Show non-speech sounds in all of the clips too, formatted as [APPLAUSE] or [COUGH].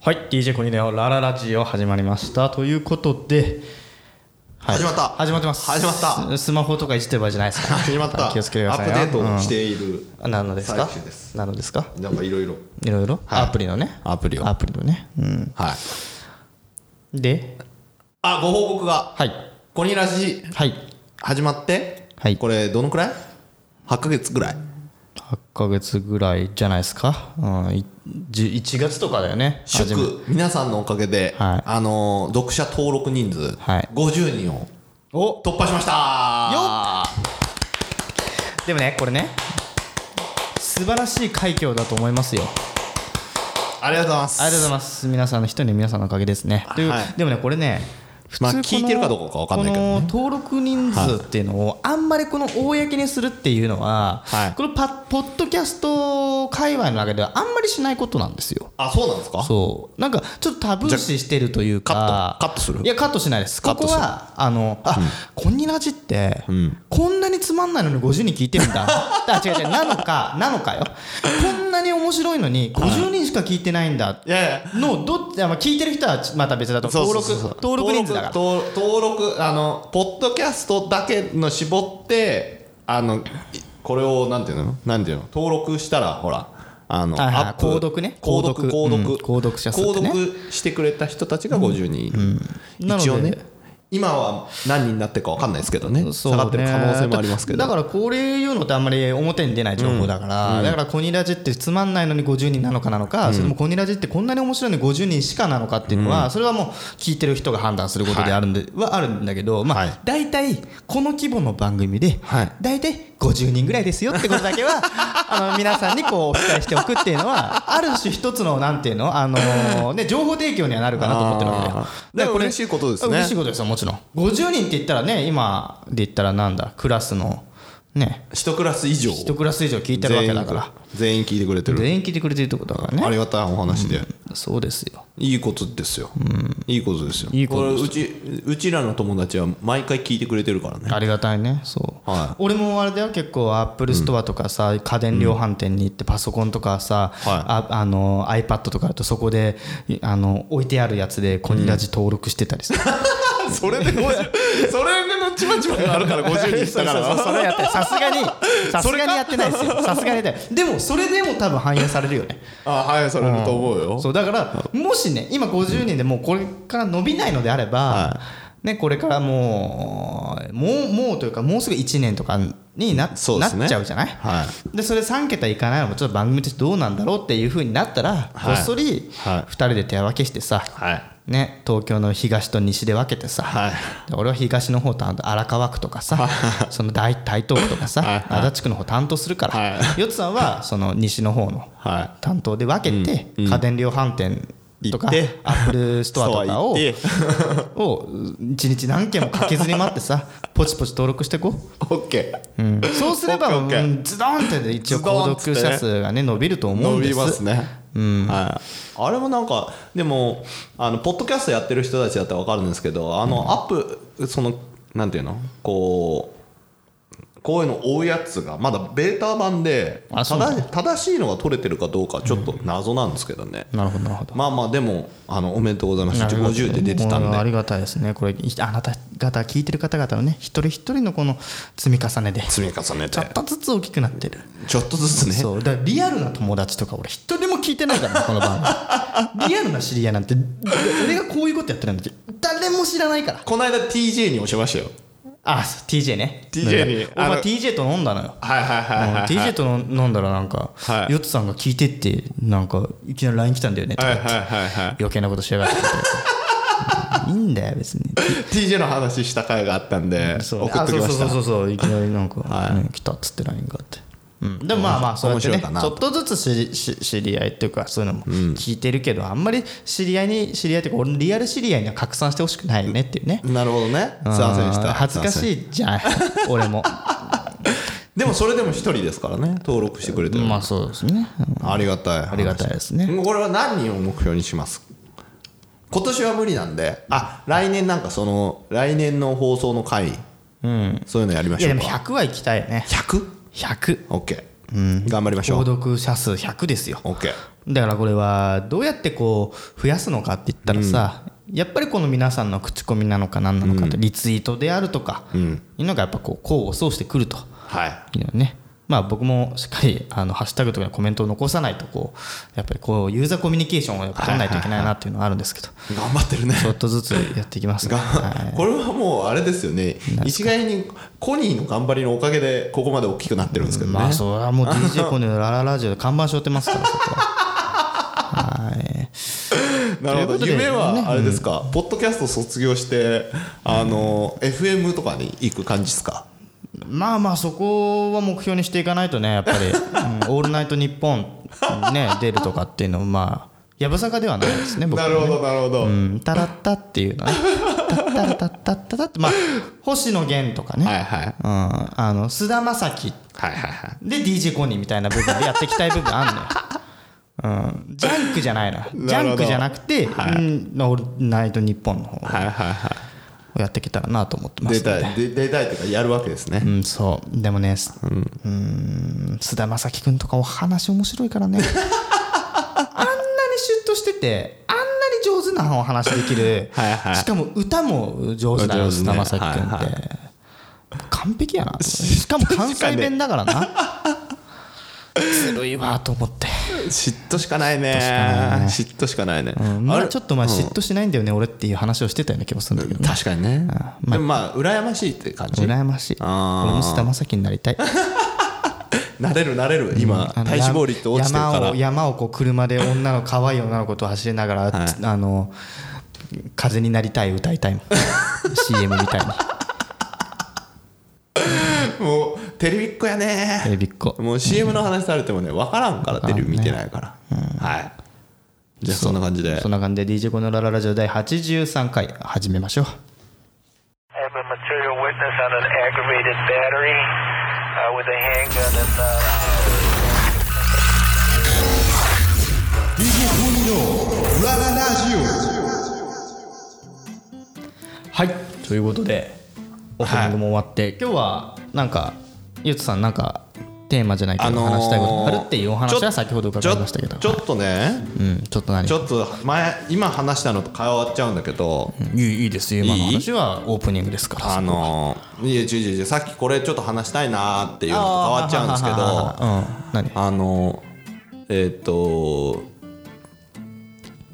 はい DJ コニーのラララジオ始まりましたということで、はい始まった始まってます始まったススマホとかいじってる場合じゃないですから [LAUGHS] 始まった気をつけてくださいよアップデートしている、うん何のですか最中です何のですかなんかいろいろいろいろはいアプリのねアプリをアプリのねうんはいであご報告がはいコニラジはい始まって、はいこれどのくらい ?8 ヶ月ぐらい8ヶ月ぐらいじゃないですか、うん、いじ1月とかだよね祝初め皆さんのおかげで、はいあのー読者登録人数、はい50人をお突破しましたでもねこれね素晴らしい快挙だと思いますよありがとうございますありがとうございます皆さんの一人の皆さんのおかげですねという、はいでもねこれね普まあこの聞いてるかどうかわかんないけどねこの登録人数っていうのをあんまりこの公にするっていうのは、はいこのパポッドキャスト界隈の中ではあんまりしないことなんですよあそうなんですかそうなんかちょっとタブー視してるというかじゃカットカットするいやカットしないですカこットこするはあのあ、こんにラジって、こんなにつまんないのに50人聞いてるん [LAUGHS] だあ違う違うなのかなのかよこんなに面白いのに50人しか聞いてないんだいやいやのどっちあまあ聞いてる人はまた別だとそう登そう録そうそう登録人数だから登録登登録あのポッドキャストだけの絞ってあのいこれをなんていうのなんていうの登録したらほらあのはいはいアップ購読ね購読購購読読うん購読者数ってね購読してくれた人たちが50人いる、なので一応ね今は何人になってるかわかんないですけどねそう下がってる可能性もありますけどだからこれいうのってあんまり表に出ない情報だから、だからコニラジってつまんないのに50人なのかなのか、それともコニラジってこんなに面白いのに50人しかなのかっていうのは、それはもう聞いてる人が判断することであるんで、はあるんだけど、まあはい大体この規模の番組で、はい大体50人ぐらいですよってことだけ [LAUGHS] はあの皆さんにこうお伝えしておくっていうのはある種一つのなんていうの、あのーね、情報提供にはなるかなと思ってるわけだよあ。ーでも嬉しいことですね嬉しいことですよもちろん50人って言ったらね今で言ったらなんだクラスのね一クラス以上一クラス以上聞いてるわけだから全員聞いてくれてる全員聞いてくれてるってことだからねありがたいお話で、そうですよいいことですよ、いいことですよいいことれうちうちらの友達は毎回聞いてくれてるからねありがたいねそう、は俺もあれだよ結構アップルストアとかさ、家電量販店に行ってパソコンとかさ、ああの iPad とかあとそこでいあの置いてあるやつでコニラジ登録してたりさ、 [LAUGHS] [LAUGHS] それで50 [LAUGHS] それのちまちまがある [LAUGHS] から50人したからそうそうそうそれやってさすがにさすがにやってないですよさすがにやってないでもそれでも多分反映されるよねあはいそれだと思うよ、そうだからもしね今50人でもうこれから伸びないのであれば、ね、これからもうもうもうというかもうすぐ1年とかにな,、そうでなすねっちゃうじゃない、はでそれ3桁いかないのもちょっと番組としてどうなんだろうっていうふうになったら、はいこっそりはい2人で手分けしてさ、はいね、東京の東と西で分けてさ、はいで俺は東の方担当荒川区とかさその大台東区とかさはい足立区の方担当するから、はよつさんはその西の方のは担当で分けて、家電量販店とか行ってアップルストアとかをそう行を一日何件も駆けずり回ってさポチポチ登録していこオッケーう、うんそうすればオッケーオッケーうんズドンって一応ズド購ンっつって読ね者数がね伸びると思うん伸でびすますね、はい、あれもなんかでもあのポッドキャストやってる人たちだったら分かるんですけどあのアップ、そのなんていうのこうこういうの追うやつがまだベータ版であそう正正しいのが取れてるかどうかちょっと謎なんですけどね、なるほどなるほどまあまあでもあのおめでとうございますありがたい50で出てたんもうあでりがたいですねこれあなた方聞いてる方々のね一人一人のこの積み重ねでち積み重ねてょっとずつ大きくなってるちょっとずつねそうだからリアルな友達とか俺一人も聞いてないからねこの番 [LAUGHS] 組リアルな知り合いなんてだ俺がこういうことやってるなんて誰も知らないからこの間 TJ に教えましたよあそう TJ ね TJ にお前あの TJ と飲んだのよはいはいはうん TJ と飲んだらなんか、はいヨッツさんが聞いてってなんかいきなり LINE 来たんだよねとかは言っいて、はいはいはい余計なことしやがってみたい [LAUGHS] なうんいいんだよ別に TJ の話した回があったんで送っあときましそうそうたそうそういきなりなんか、ね来たっつって LINE があって、うん、でもまあまあそうやってね面白いかなちょっとずつ知りし知り合いっていうかそういうのも聞いてるけど、あんまり知り合いに知り合いっていうか俺のリアル知り合いには拡散してほしくないよねっていうねなるほどねすいませんでしうたん恥ずかいしいじゃん俺 [LAUGHS] もでもそれでも一人ですからね登録してくれてるまあそうですねうんありがたいあありがたいですねこれは何人を目標にします今年は無理なんであ来年なんかその来年の放送の回そういうのやりまいしやょでうもか100は行きたいよね 100?OK 100頑張りましょ購う読者数100ですよ OK だからこれはどうやってこう増やすのかって言ったらさ、やっぱりこの皆さんの口コミなのか何なのかと、リツイートであるとか、いうのがやっぱこう功を奏してくるとはいいうのね。まあ僕もしっかりあのハッシュタグとかにコメントを残さないとこうやっぱりこうユーザーコミュニケーションをやっぱ取らないといけないなっていうのはあるんですけど頑張ってるねちょっとずつやっていきますね、がはいこれはもうあれですよね一概にコニーの頑張りのおかげでここまで大きくなってるんですけどね、まあそれはもう DJ コネのラララジオで看板背負ってますからそこははいなるほということどで夢はあれですか、ポッドキャスト卒業してあの、FM とかに行く感じですかまあまあそこは目標にしていかないとねやっぱり「うんオールナイトニッポン」ね出るとかっていうのもまあやぶさかではないですね僕はなねるほどなるほど、うん「タラッタ」っていうのはね「タッタラタッタッタタ」ってまあ星野源とかね、はいはいうん、あの菅田将暉はいはいはいで DJ コニーみたいな部分でやっていきたい部分あんのようん、ジャンクじゃないなどジャンクじゃなくて「うんオールナイトニッポン」の方はいはいはをやっていけたらなと思ってまいす出んでたいで出たいとかやるわけですね、うん、そうでもねすうん菅田将暉君とかお話面白いからね [LAUGHS] あんなにシュッとしててあんなに上手なお話できる [LAUGHS] はいはいしかも歌も上手だよ上手菅ね田将暉君って、はいは完璧 [LAUGHS] やなしかも関西弁だからなずるいわと思って、嫉妬しかないね嫉妬しかないね、うんまああれちょっとまあ嫉妬しないんだよね、俺っていう話をしてたような気もするんだけど、ね、確かにね、でもまあ羨ましいって感じ羨ましい俺あーも菅田将暉になりたいなれるなれる今あの体脂肪率落ちてるから山を山をこう車で女の可愛い女の子と走りながら、はいあの風になりたい歌いた [LAUGHS] いもん CM みたいにもうテレビっ子やねテレビっ子もう CM の話されてもね分からんからテレビ見てないから、はいじゃあそんな感じでそんな感じで DJ コのラララジオ第83回始めましょう I have a material witness on an aggravated battery uh, with a handgun and. DJ コニー Uh のラララジオはいということでオープニングも終わって、今日はなんかゆうとさんなんかテーマじゃないけど、あのー話したいことがあるっていうお話ちょは先ほど伺いましたけどちょちょっとねうん、ちょっと何ちょっと前今話したのと変わっちゃうんだけど、いいいいですよ今のいい話はオープニングですからあのいや違う違う違うさっきこれちょっと話したいなーっていうのと変わっちゃうんですけどあうん何のえーっ、と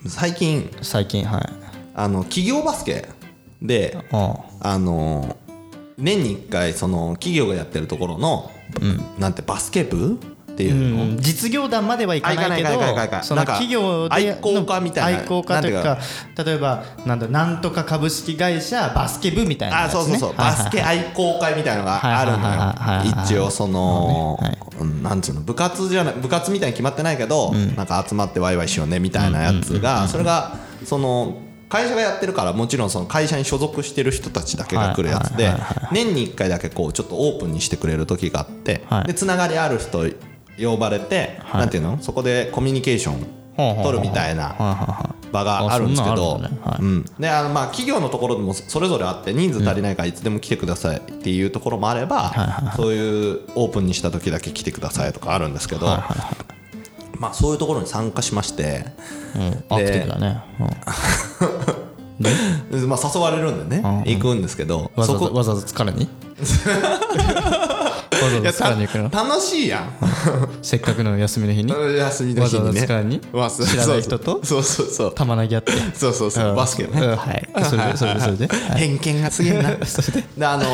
最近最近はいあの企業バスケでああの年に1回その企業がやってるところの、なんてバスケ部っていううの、ん、実業団まではいかないけどあいかないいかないいかないいかないそなのんか企業で愛好家みたいな愛好家というなか例えばなんだなんとか株式会社バスケ部みたいなあやつ、ね、そうそうそう、はいバはいスケ愛好会みたいなのがあるはいはいはいはいはいのよはい一応その、はいうんなんつうの部活じゃない部活みたいに決まってないけど、なんか集まってワイワイしようねみたいなやつが、それがその会社がやってるからもちろんその会社に所属してる人たちだけが来るやつで年に1回だけこうちょっとオープンにしてくれる時があって、はいでつながりある人呼ばれて、いなんていうのそこでコミュニケーショほうほうンほう取るみたいなはいは場があるんですけあそどんなのあるんだねはいうんであのまあ企業のところでもそれぞれあって人数足りないからいつでも来てくださいっていうところもあればそういうオープンにした時だけ来てくださいとかあるんですけどまあそういうところに参加しまして [LAUGHS] いはいアクティブだね、まあ誘われるんでね行くんですけどうん、わざそわざこわざわざ疲れ [LAUGHS] にわざわざ疲れに行くのた楽しいやん [LAUGHS] せっかくの休みの日に休みの日にわねざわざ使いにわざ知らない人とそうそうそう玉投げやってそうそうそうバスケねうんはいそれでそれでそれではい偏見がすげえな [LAUGHS] であの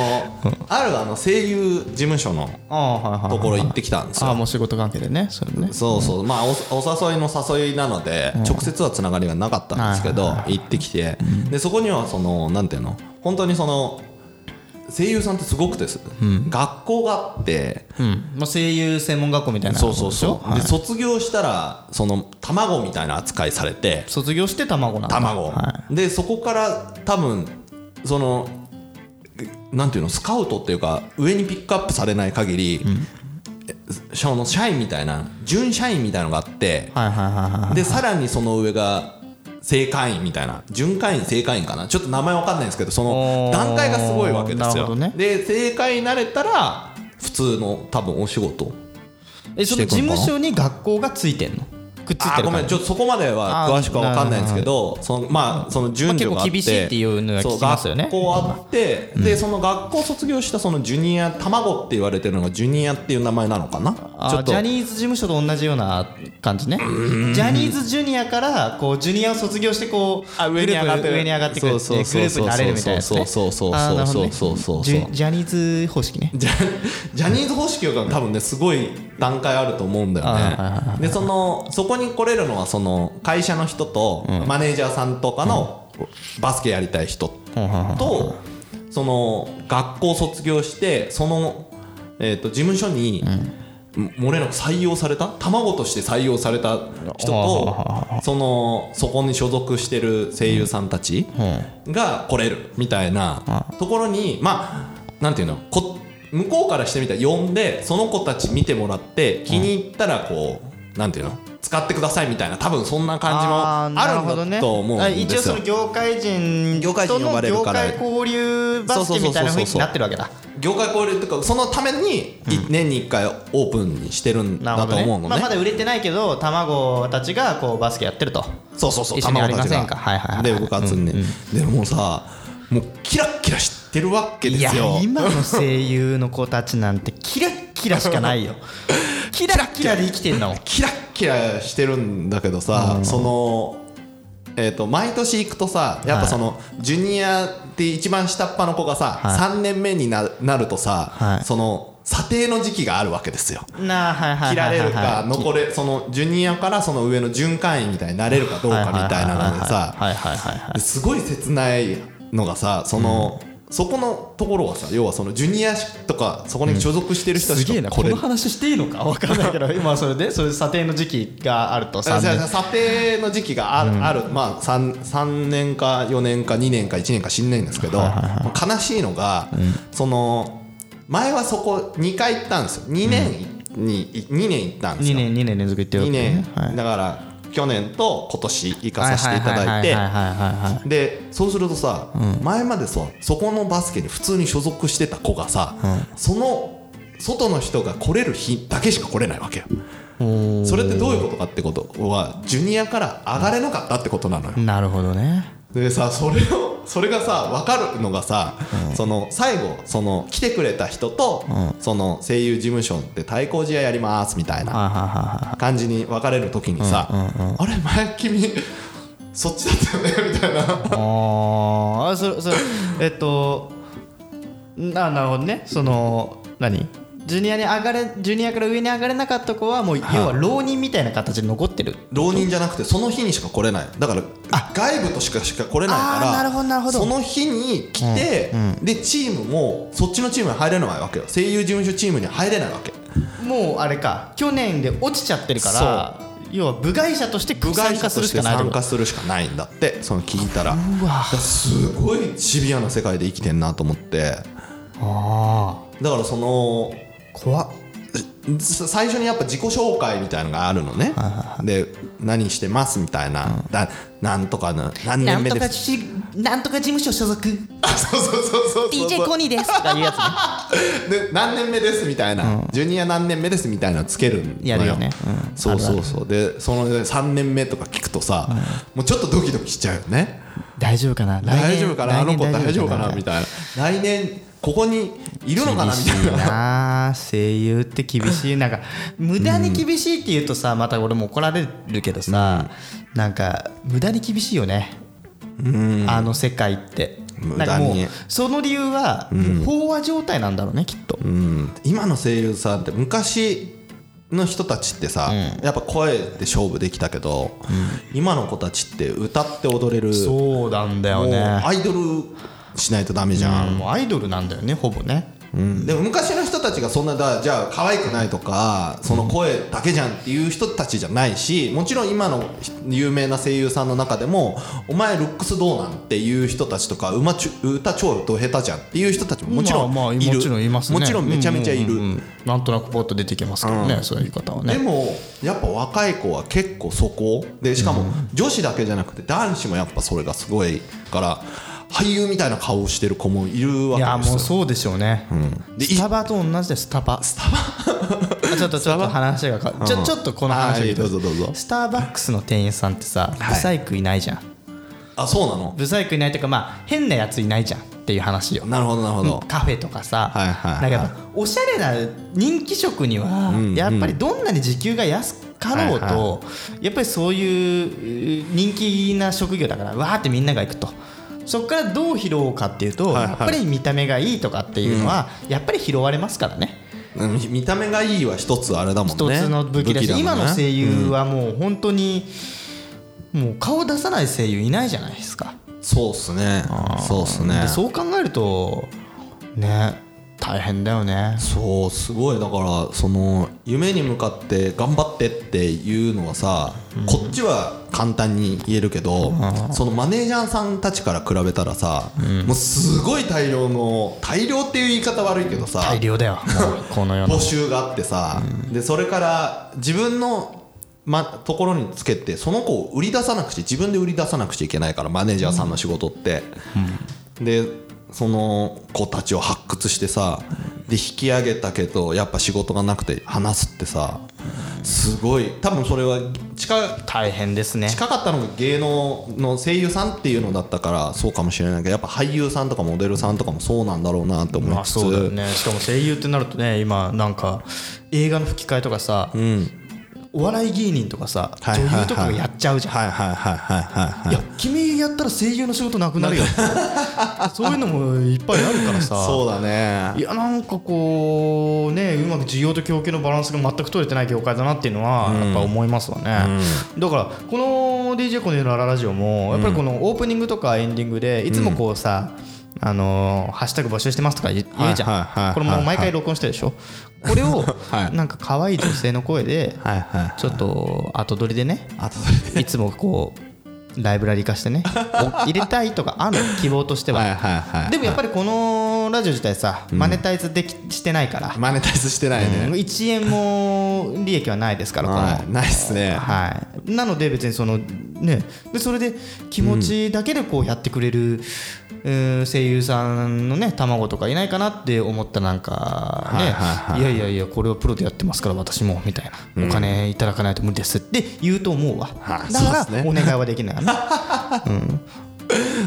あるあの声優事務所のああはいはいはいところ行ってきたんですあよあもう仕事関係でねそれねそうそう、まあおお誘いの誘いなので、直接はつながりがなかったんですけど、行ってきて、でそこにはそのなんていうの本当にその声優さんってすごくです、学校があって、うんまあ、声優専門学校みたいなそうそうそう、ことででしょ卒業したらその卵みたいな扱いされて卒業して卵なんだ卵、はでそこから多分そのなんていうのスカウトっていうか上にピックアップされない限り、えその社員みたいな準社員みたいなのがあって、い、はいはいはいはいでさらにその上が正会員みたいな準会員正会員かなちょっと名前わかんないんですけどそのおー段階がすごいわけでなするよほどねで正会員になれたら普通の多分お仕事えその事務所に学校がついてんのくっついあてーるごかめらんちょっとそこまでは詳しくは分かんないんですけどそのまあその順序があって、まあ結構厳しいっていうのは聞きますよねそう学校あって、でその学校卒業したそのジュニア卵って言われてるのがジュニアっていう名前なのかなあちょっとジャニーズ事務所と同じような感じねジャニーズジュニアからこうジュニアを卒業してこあう上に上がってグループ上に上がってくるってそういうそグうループそうそうになれるみたいなやつねそうそうそうそうあーなるほどねそうそうそうジュジャニーズ方式ねジャジャニーズ方式が多分ねすごい段階あると思うんだよあはいはいねでそのそこに来れるのはその会社の人とマネージャーさんとかのバスケやりたい人とその学校卒業してそのえーと事務所にもれなく採用された卵として採用された人とそのそこに所属してる声優さんたちが来れるみたいなところにまあなんていうのこ向こうからしてみたら呼んでその子たち見てもらって気に入ったらこうなんていうの使ってくださいみたいな多分そんな感じもあーなるほどんねだと思うんですよ。一応その業界人業界人と呼のばれる業から界交流バスケみたいな雰囲気になってるわけだ業界交流とかそのためにい年に1回オープンにしてるんなだるほとどね思うのまあ、ねま。だ売れてないけど卵たちがこうバスケやってるとそうそうそう一緒にやり卵またちせんかがはいはいはいで部活にねでもうさもうキラッキラしてるわけでいやすよ。今の声優の子たちなんてキラッキラしかない [LAUGHS] よキラッキラで生きてんだもんキラッキラしてるんだけどさ、その、えー、と毎年行くとさやっぱその、ジュニアって一番下っ端の子がさ、はい3年目にななるとさ、はいその査定の時期があるわけですよ。なあはいはい切はらいれはるいはかい残れそのジュニアからその上の準会員みたいになれるかどうかみたいなのでさはいはいはいはいですごい切ないのがさその、そこのところはさ要はそのジュニアとかそこに所属してる人たすちげえとなここれの話していいのか分かんないけど今それでそういう査定の時期があるとあ3違う違う年査定の時期がある,、あるまあ、3, 3年か4年か2年か1年か知んないんですけど、悲しいのが、その前はそこ2回行ったんですよ2年に、2年行ったんです2よ年2年連続言ってるわ2け年ね、はいだから去年と今年行かさせていただいてはいはいはいはいはいはいはいでそうするとさ、前までさそこのバスケに普通に所属してた子がさ、その外の人が来れる日だけしか来れないわけよそれってどういうことかってことはジュニアから上がれなかったってことなのよ、なるほどねでさそれをそれがさ分かるのがさ、その最後その来てくれた人と、その声優事務所って対抗試合やりますみたいなはいはいはいはい感じに別れる時にさ、あれ前君そっちだったよねみたいなああそれそれえっとななるほどねその何ジュニアに上がれジュニアから上に上がれなかった子はもう要は浪人みたいな形で残ってる浪人じゃなくてその日にしか来れないだから外部としかしか来れないからあーなるほどなるほどその日に来て、でチームもそっちのチームに入れないわけよ声優事務所チームに入れないわけもうあれか去年で落ちちゃってるから要は部外者として部参外加者すとるししかてないって参こと加するしかないんだってその聞いたらうわだからすごいシビアな世界で生きてんなと思ってあだからその怖最初にやっぱ自己紹介みたいなのがあるのねで何してますみたいな、だなんとかの何年目で事す務なんとか事務所所属そうそうそうそうそうニー [LAUGHS] ですとかいうやつねで何年目ですみたいな、ジュニア何年目ですみたいなのつけるのやるよねうんそうそうそうでその3年目とか聞くとさ、もうちょっとドキドキしちゃうよね大丈夫かな来年大丈夫かなあ来年の子大丈夫かなみたいな来年ここにいるのかな厳みしいたいな [LAUGHS] な声優って厳しいなんか無駄に厳しいって言うとさまた俺も怒られるけどさ、なんか無駄に厳しいよね、あの世界って無駄になんかもうその理由は、飽和状態なんだろうねきっと、今の声優さんって昔の人たちってさ、やっぱ声で勝負できたけど、今の子たちって歌って踊れるそうなんだよもうねアイドルしないとダメじゃん、もうアイドルなんだよねほぼねうんでも昔の人たちがそんなだじゃあ可愛くないとかその声だけじゃんっていう人たちじゃないしもちろん今の有名な声優さんの中でもお前ルックスどうなんっていう人たちとか馬ちょ歌超ど下手じゃんっていう人たちももちろんいる、まあまあもちろんいますねもちろんめちゃめちゃいる、うんうんうんうんなんとなくポッと出てきますけどね、そういう言い方はでねもやっぱ若い子は結構そこでしかも女子だけじゃなくて男子もやっぱそれがすごいから俳優みたいな顔をしてる子もいるいやわけでもうすよそうでしょうね、でいスタバと同じですスタバあちょっとちょっと話がかちょちょっとこの話がはいどうぞどうぞスターバックスの店員さんってさいブサイクいないじゃん、あそうなのブサイクいないというかまあ変なやついないじゃんっていう話よなるほどなるほど、カフェとかさ、はいはいはいなんかやっぱおしゃれな人気職にはやっぱりどんなに時給が安かろうと、はいやっぱりそういうう人気な職業だからわーってみんなが行くと。そこからどう拾おうかっていうと、はいはいやっぱり見た目がいいとかっていうのは、やっぱり拾われますからねうん見見た目がいいは一つあれだもんね一つの武器だし、もんね今の声優はもう本当に、もう顔出さない声優いないじゃないですか、そうっすねそうっすねでそう考えるとね大変だよねそうすごいだからその夢に向かって頑張ってっていうのはさ、こっちは簡単に言えるけど、そのマネージャーさんたちから比べたらさ、もうすごい大量の大量っていう言い方悪いけどさ大量だ [LAUGHS] よもうこの世の募集があってさ、でそれから自分の、ま、ところにつけてその子を売り出さなくちゃ自分で売り出さなくちゃいけないからマネージャーさんの仕事って、でその子たちを発掘してさで引き上げたけどやっぱ仕事がなくて話すってさすごい多分それは近大変ですね近かったのが芸能の声優さんっていうのだったからそうかもしれないけどやっぱ俳優さんとかモデルさんとかもそうなんだろうなって思まいあつつ、そうだよねしかも声優ってなるとね今なんか映画の吹き替えとかさ、お笑い芸人とかさ、はいはいはい女優とかがやっちゃうじゃん、はいはいはいはいはいはいいや君やったら声優の仕事なくなる [LAUGHS] よそういうのもいっぱいあるからさそうだねいやなんかこうねうまく需要と供給のバランスが全く取れてない業界だなっていうのはやっぱ思いますわね、だからこの DJ コネのラララジオもやっぱりこのオープニングとかエンディングでいつもこうさ、あのーハッシュタグ募集してますとか言う言うじはいはいはいはゃいんこれもう毎回録音してるでしょこれをはいなんか可愛い女性の声ではいはいちょっと後取りでねあといつもこうライブラリ化して [LAUGHS] ねお入れたいとかあるの希望としてははいはいはいでもやっぱりこのラジオ自体さ、マネタイズできしてないから、マネタイズしてないね、 1円も利益はないですから、このはいないっすねはい、なので別にそのねでそれで気持ちだけでこうやってくれる、うん声優さんのね卵とかいないかなって思ったなんかね、はいいはいはいやいやいやこれはプロでやってますから私もみたいな、お金いただかないと無理ですって言うと思うわ、はいだかそうっらすねお願いはでき [LAUGHS] ないよね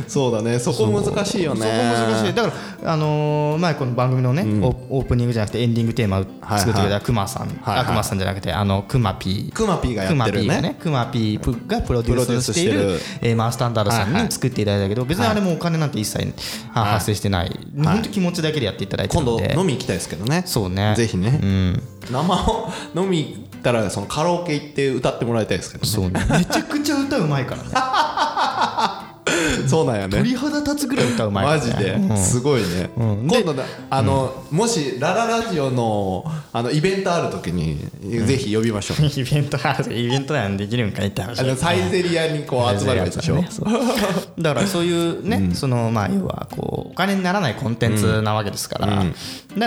そうだねそこ難しいよねそこ難しいだから、あのー前この番組のね、オオープニングじゃなくてエンディングテーマを作ってくれたくまさん、はいはいあくまさんじゃなくてあのくまピーくまぴーがやってるねくまピーがねくまピーがプロデュースしていプロデュるースしえーマースタンダードさんはいはにい作っていただいたけど別にあれもお金なんて一切は発生してない本当気持ちだけでやっていただいてる今ん度で飲み行きたいですけどねそうねぜひね、うん生を飲み行ったらそのカラオケ行って歌ってもらいたいですけどねそうねめちゃくちゃ歌うまいからねそうなんやね鳥肌立つぐらい歌うまいからマねジで、うんすごいね、うん今度だあの、もしラララジオのあのイベントある時に、ぜひ呼びましょ [LAUGHS] うイベントあるイベントなんできるんかいって話あのサイゼリアにこう集まるやつでしょ、ねそうだからそういうね、そのまあ要はこうお金にならないコンテンツなわけですから、だ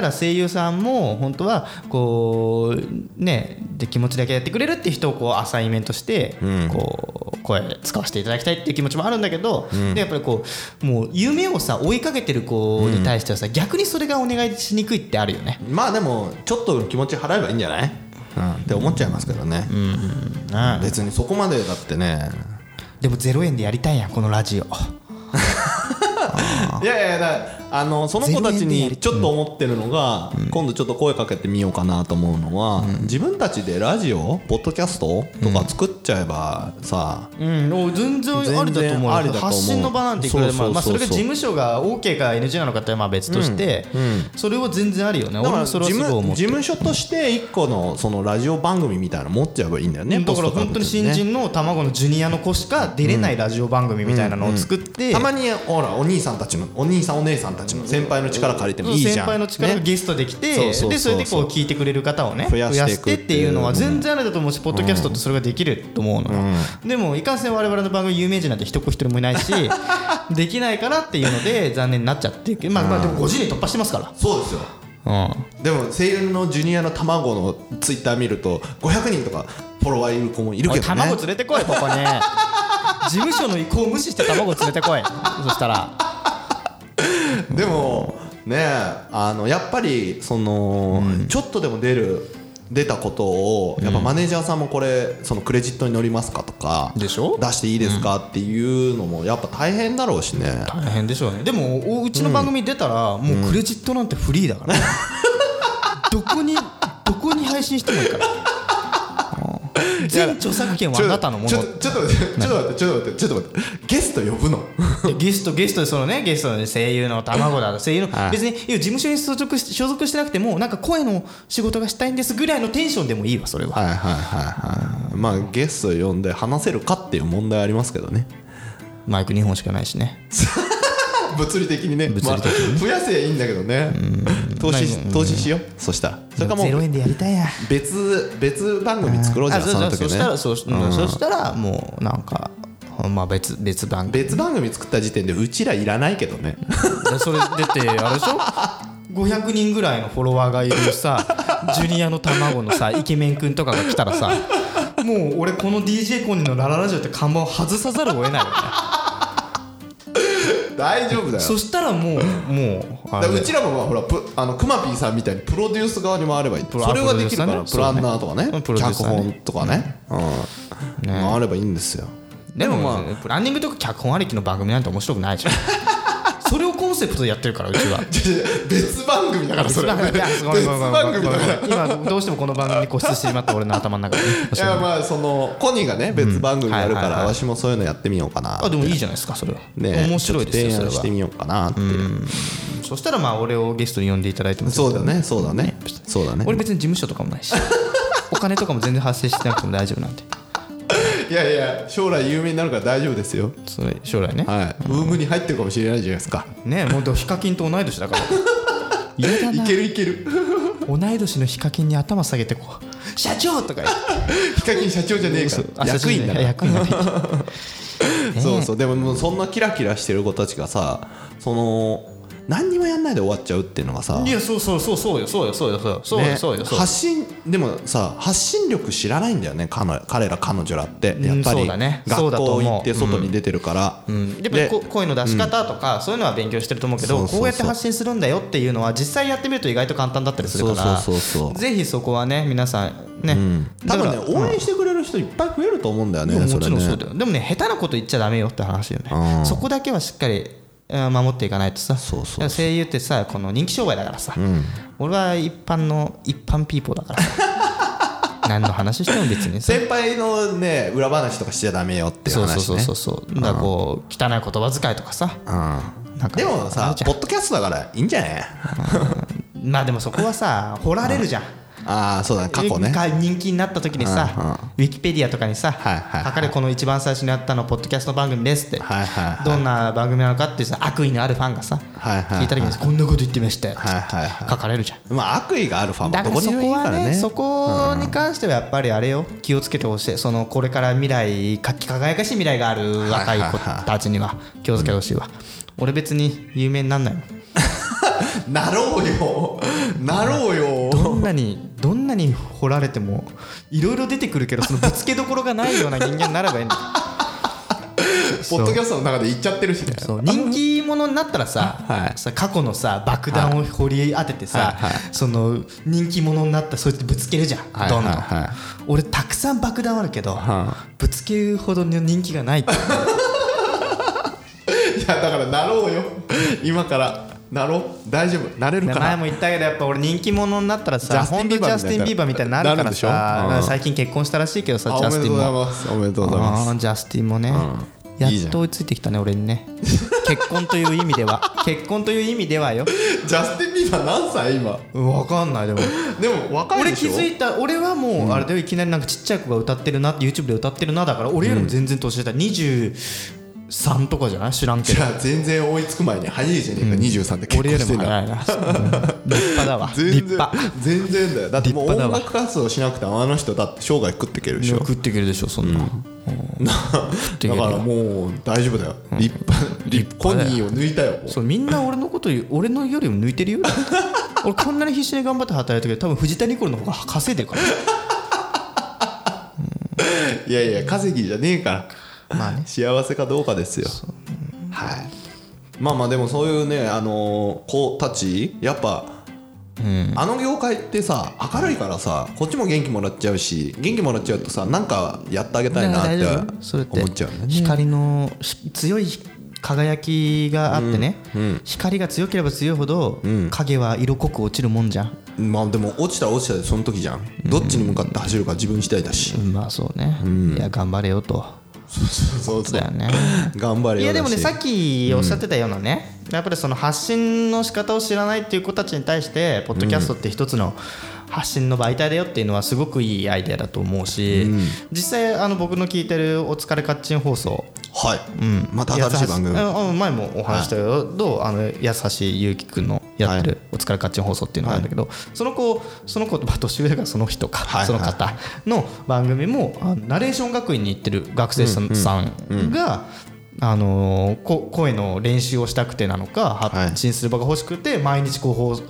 から声優さんも本当はこうねで気持ちだけやってくれるっていう人をこうアサイメントして、こう声使わせていただきたいっていう気持ちもあるんだけど、でやっぱりこうもう夢をさ追いかけてる子に対してはさ、逆にそれがお願いしにくいってあるよね。まあでもちょっと気持ち払えばいいんじゃない、うん、って思っちゃいますけどね、別にそこまでだってねでも0円でやりたいやんこのラジオ。いやいやだからあのその子たちにちょっと思ってるのが、今度ちょっと声かけてみようかなと思うのは、自分たちでラジオポッドキャストとか作っちゃえばさ、うん、お全然ありだと全思然うあよりだと思う発信の場なんていくらでもあるまあそうそそうそうそうれが事務所が OK か NG なのかってまあ別として、それは全然あるよねだ俺からも事それはすごい思務っ事てる務所として一個のそのラジオ番組みたいなの持っちゃえばいいんだよねだからポスト本カ当ブにトで新ね人の卵のジュニアの子しか出れないラジオ番組みたいなのを作って、たまにほらお兄さんたちのお兄さんお姉さんたちの先輩の力借りてもいいじゃん先輩の力がねゲストで来て、そうそうそうそうでそれでこう聞いてくれる方をね増増ややしていしくてっていうのは全然あるだと思うし、ポッドキャストってそれができると思うのよ、でもいかんせん我々の番組有名人なんて一子一人もいない [LAUGHS] しできないからっていうので残念になっちゃってまあまあでも50人突破してますかそうですよら、うん、でも声優のジュニアの卵のツイッター見ると500人とかフォロワーいる子もいるおけいどね卵連れてこいここに [LAUGHS] 事務所の意向を無視して卵連れてこいそしたらでもねえあのやっぱりその、ちょっとでも出る出たことをやっぱマネージャーさんもこれそのクレジットに乗りますかとかでしょ出していいですかっていうのもやっぱ大変だろうしね大変でしょうねでもおうちの番組出たらもうクレジットなんてフリーだ [LAUGHS] から、どこにどこに配信してもいいからうん全著作権はあなたのもちのょっってとちょっと待ってちょっと待ってちょっと待ってちょっと待ってゲスト呼ぶのでゲストゲストでそのねゲストのね声優の卵だと声優の別にいや事務所に所属し所属してなくてもなんか声の仕事がしたいんですぐらいのテンションでもいいわそれははいはいはいはいまあゲスト呼んで話せるかっていう問題ありますけどねマイク2本しかないしね物理的にね物理的にまあ、増やせばいいんだけどね投資し投資しようそしたらそれかもゼロう円でやりたいや別別番組作ろうじゃんその時そねしたらそううんそしたらもうなんかまあ別別番組別番組作った時点でうちらいらないけど [LAUGHS] ねでそれ出てあれでしょ500人ぐらいのフォロワーがいる [LAUGHS] さジュニアの卵のさイケメンくんとかが来たらさもう俺この DJ コンニの「ラララジオ」って看板を外さざるを得ないよね大丈夫だ [LAUGHS] よそしたらもうもうあだかられうちらもまあほらプあのくまぴーさんみたいにプロデュース側に回ればいいロそれはできるからあププロラデューサーねンナーとかねそうねプロデュー脚サーね本とかねうんね回ればいいんですよ [LAUGHS] でもままああプランニングとか脚本ありきの番組なんて面白くないでしょ [LAUGHS] それをコンセプトでやってるからうち [LAUGHS] は別番組だからそれいやごめん別ごめんご番めん組ごめだんから今どうしてもこの番組に固執してしまった俺の頭の中でいやまあそのコニーがね別番組やるかはいはらいはい私もそういうのやってみようかなあでもいいじゃないですかそれは、ね面白いですよちそょっれと提案してはみようかなってそしたらまあ俺をゲストに呼んでいただいてもそうだねそうだねそうだね俺別に事務所とかもない [LAUGHS] しお金とかも全然発生してなくても大丈夫なんでいやいや将来有名になるから大丈夫ですよそれ将来ね、はいブームに入ってるかもしれないじゃないですかねもうでもヒカキンと同い年 [LAUGHS] だから嫌だいなけるいける同い年のヒカキンに頭下げてこう社長とか言ってヒカキン社長じゃね [LAUGHS] えからあ役員だから役員だから [LAUGHS] そうそうでももうそんなキラキラしてる子たちがさその何にもやんないで終わっちゃうっていうのがさいやそうそうそうそうよそうよそうよそうよそうよねそうよそうよ発信でもさ発信力知らないんだよね彼女彼ら彼女らってんやっぱそうりだねそう学だと校思う行って外に出てるからうんやっぱりこ声の出し方とかそういうのは勉強してると思うけどそうそうそうこうやって発信するんだよっていうのは実際やってみると意外と簡単だったりするからそうそうそうそうぜひそこはね皆さんね多分ねだから応援してくれる人いっぱい増えると思うんだよねもそれちろんそうだねよでもね下手なこと言っちゃダメよって話よねそこだけはしっかりうん守っていかないとさそうそうそだうから声優ってさこの人気商売だからさ俺は一般の一般ピーポーだから [LAUGHS] さ何の話しても別にさ先輩のね裏話とかしちゃダメよっていうそう話そうねそうそうそうだからこう汚い言葉遣いとかさなんかでもあさるじゃんポッドキャストだからいいんじゃないまあでもそこはさ掘られるじゃんああそうだね過去ねか人気になった時にさウィキペディアとかにさはいはいはい書かれこの一番最初にあったのポッドキャスト番組ですってはいはいはいどんな番組なのかっていうさ悪意のあるファンがさはいはいはい聞いた時にさこんなこと言ってましたよってはいはいはい書かれるじゃんまあ悪意があるファンだはかどらこそにもいこるはからねねそこに関してはやっぱりあれよ気をつけてほしいそのこれから未来か輝かしい未来がある若い子たちには気をつけてほしいわ俺別に有名になんない [LAUGHS] もんなろうよなろうよどんなにどんなに掘られてもいろいろ出てくるけどそのぶつけどころがないような人間になればいいんだポッドキャストの中で言っちゃってるしね [LAUGHS] そう人気者になったらさ,、はいさ過去のさ爆弾を掘り当ててさ、はいはいその人気者になったそいつぶつけるじゃん、はいどんどん、はいはい俺たくさん爆弾あるけど、はぶつけるほどの人気がないっていやだからなろうよ今からなろう大丈夫 [LAUGHS] なれるか前なも言ったけどやっぱ俺人気者になったらジャさスティン本当にジャスティン・ビーバーみたいになるかなるらでしょさうんなんか最近結婚したらしいけどさあジャスティンもますおめでとうごあージャスティンもね、んやいいじゃっんと追いついてきたね俺に [LAUGHS] ね結婚という意味では結婚という意味ではよジャスティン・ビーバー何歳今分かんないでもでも若い俺で気しょづいた俺はもうあれだよいきなりなんかちっちゃい子が歌ってるなって YouTube で歌ってるなだから俺よりも全然年下だ23とかじゃない知らんけじどゃあ全然追いつく前に早いじゃねえか、23で結婚俺よりしてもんだ早いなうん立派だわ立全然派全然だよだってもう立派だ音わ楽活動しなくてもあの人だって生涯食っていけるでしょ食っていけるでしょそんな、だからもう大丈夫だよ立派立コだよニーを抜いたよもうそうみんな俺のことよ俺のよりも抜いてるよ俺こんなに必死に頑張って働いたけど多分藤田ニコルの方が稼いでる [LAUGHS] からいやいや稼ぎじゃねえからまあね幸せかどうかですよはいまあまあでもそういうねあのー子たちやっぱあの業界ってさ明るいからさこっちも元気もらっちゃうし元気もらっちゃうとさなんかやってあげたいな大丈っ夫それってて思っちゃうね光のひ強い輝きがあってね、光が強ければ強いほど影は色濃く落ちるもんじゃん、まあでも落ちたら落ちたでその時じゃんどっちに向かって走るか自分次第だしまあそうね、いや頑張れよとそうだよね頑張れよいやでもねだしさっきおっしゃってたようなね、やっぱりその発信の仕方を知らないっていう子たちに対してポッドキャストって一つの発信の媒体だよっていうのはすごくいいアイデアだと思うし、実際あの僕の聞いてる「お疲れカッチン」放送はいまた新しい番組やつはうん前もお話したけど、どうあのやさしいゆうきくんのやってる、お疲れカッチン放送っていうのがあるんだけど、その子その子まあ年上がその人か、はいその方の番組もあのナレーション学院に行ってる学生さん,、さんが。あのーこ声の練習をしたくてなのかはい発信する場が欲しくて毎日広報ポッ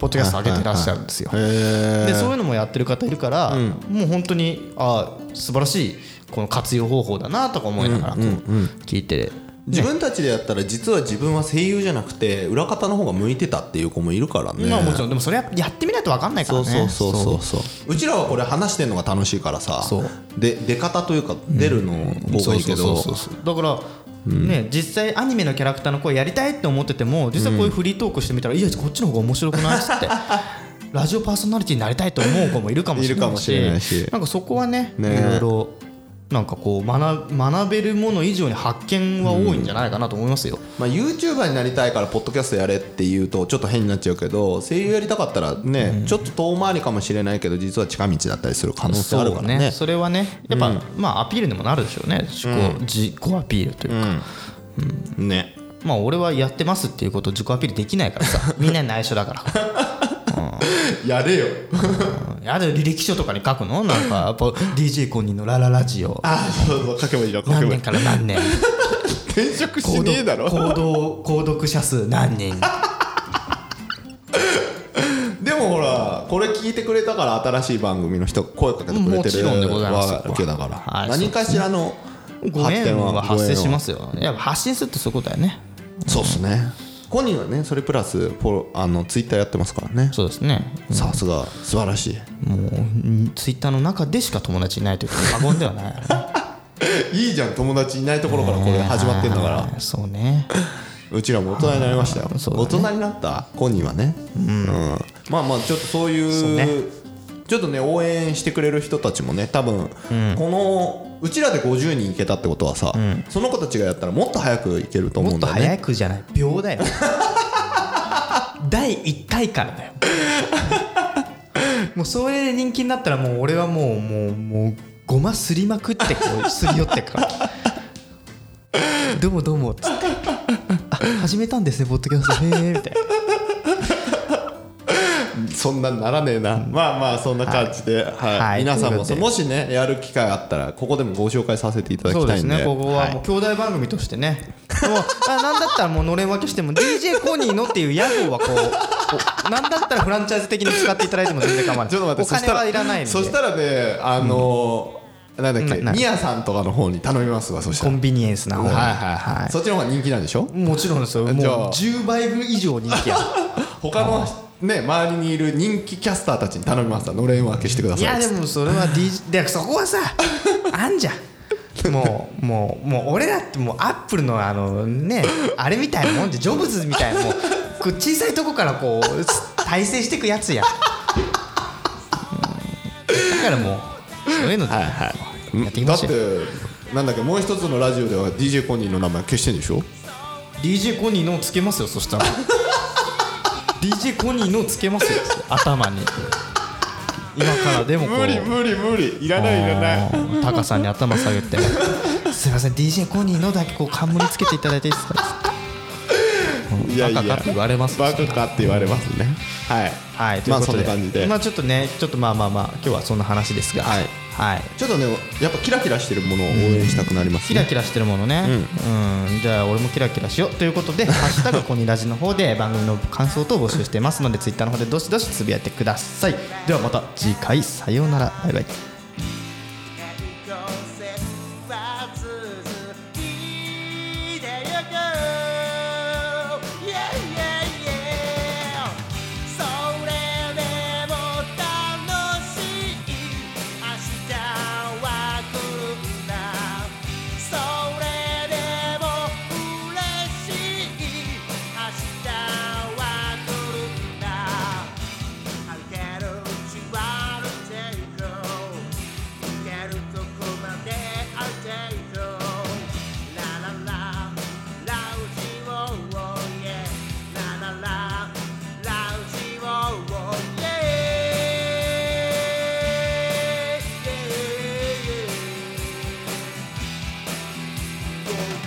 ドキャスト上げてらっしゃるんですよ。へでそういうのもやってる方いるから、もう本当にあー素晴らしいこの活用方法だなとか思いながらこう聞いて、自分たちでやったら実は自分は声優じゃなくて裏方の方が向いてたっていう子もいるからねまあもちろんでもそれはやってみないと分かんないからそねうそうそうそうそううちらはこれ話してるのが楽しいからさそうで出方というか出るの方そがういいけそどうそうそうだから、ね実際アニメのキャラクターの声やりたいって思ってても実はこういうフリートークしてみたら、いやこっちの方が面白くないっつって [LAUGHS] ラジオパーソナリティになりたいと思う子もいるかもしれいるかなもいししれないしんかそこはねねいろいろなんかこう学学べるもの以上に発見は多いんじゃないかなと思いますよ、まあ、YouTuber になりたいからポッドキャストやれって言うとちょっと変になっちゃうけど声優やりたかったらね、ちょっと遠回りかもしれないけど実は近道だったりする可能性あるからねそうそれはねやっぱ、まあアピールにもなるでしょうね自己,、自己アピールというか、ねまあ俺はやってますっていうことを自己アピールできないからさみんなに内緒だから [LAUGHS] やれようんあと履歴書とかに書くのなんかやっぱ DJ 公認のラララジオ [LAUGHS] あそうそう書けばいいよ書何年から何年転職し購ねえだ読購ろ読購読者数何 [LAUGHS] 人でもほらこれ聞いてくれたから新しい番組の人声かけてくれてるもちろんでございますわけだから、はい何かしらのご縁は発生しますすよやっぱ発信するってそういうことだよねそうっすね本人はねそれプラスフォローあのツイッターやってますからねそうですねさすが素晴らしいもうツイッターの中でしか友達いないというか過言ではない [LAUGHS] よねいいじゃん友達いないところからこれ始まってんだからはいそうねうちらも大人になりましたよ、そうだ大ね人になった本人はね、うんまあまあちょっとそういううねちょっとね応援してくれる人たちもね多分、このうちらで50人いけたってことはさ、その子たちがやったらもっと早くいけると思もっうんとだよね早くじゃない秒だよ [LAUGHS] 第1回からだよもうそれで人気になったらもう俺はもうもうもうごますりまくってこうすり寄ってからどうもどうもっつってあ始めたんですねポッドキャストへえみたいそんなんならねえな、まあまあそんな感じで、はいはい皆さんといもうことでもしねやる機会あったらここでもご紹介させていたなだそうきたでいすんでねここはもう兄弟番組としてね、もうあなんだったらもうのれん分けしても DJ コニーのっていう屋号はこうなんだったらフランチャイズ的に使っていただいても全然構わないちょっと待ってお金はいらないのでそしたらそしたらねあのーなんだっけななミヤさんとかの方に頼みますわそしたコらンビニエンスな方はいはいはい、そっちの方が人気なんでしょもちろんですよもうじゃあ10倍以上人気や他のね周りにいる人気キャスターたちに頼みますわのれん分けしてくだいさいやでもそれは DJ でそこはさあんじゃんもうもうもう俺だってもうアップルのあのねあれみたいなもんでジョブズみたいなもうこう小さいとこからこうす体制していくやつやうんだからもうそういうのでやっていきだまっしょてうなんだっけもう一つのラジオでは DJ コニーの名前消してんでしょ DJ コニーのをつけますよそしたら [LAUGHS] DJ コニーのをつけますよ頭に今からでもこう無理無理いらうん高さに頭下げて「すいません DJ コニーのだけこう冠つけていただいていいですか?」いやいやバカかって言われますよバカかって言われますねはいはいといまうあこそとんなで、感じでまあちょっとねちょっとまあまあまあ今日はそんな話ですがはい、はいちょっとねやっぱキラキラしてるものを応援したくなりますキラねキラしてるものね、うんじゃあ俺もキラキラしようという [LAUGHS] ことで「ハッシュタグコニラジ」の方で番組の感想等を募集してますのでツイッターの方でどしどしつぶやいてくださいではまた次回さようならバイバイ「それ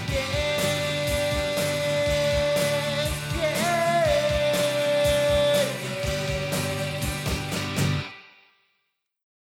yeah, yeah.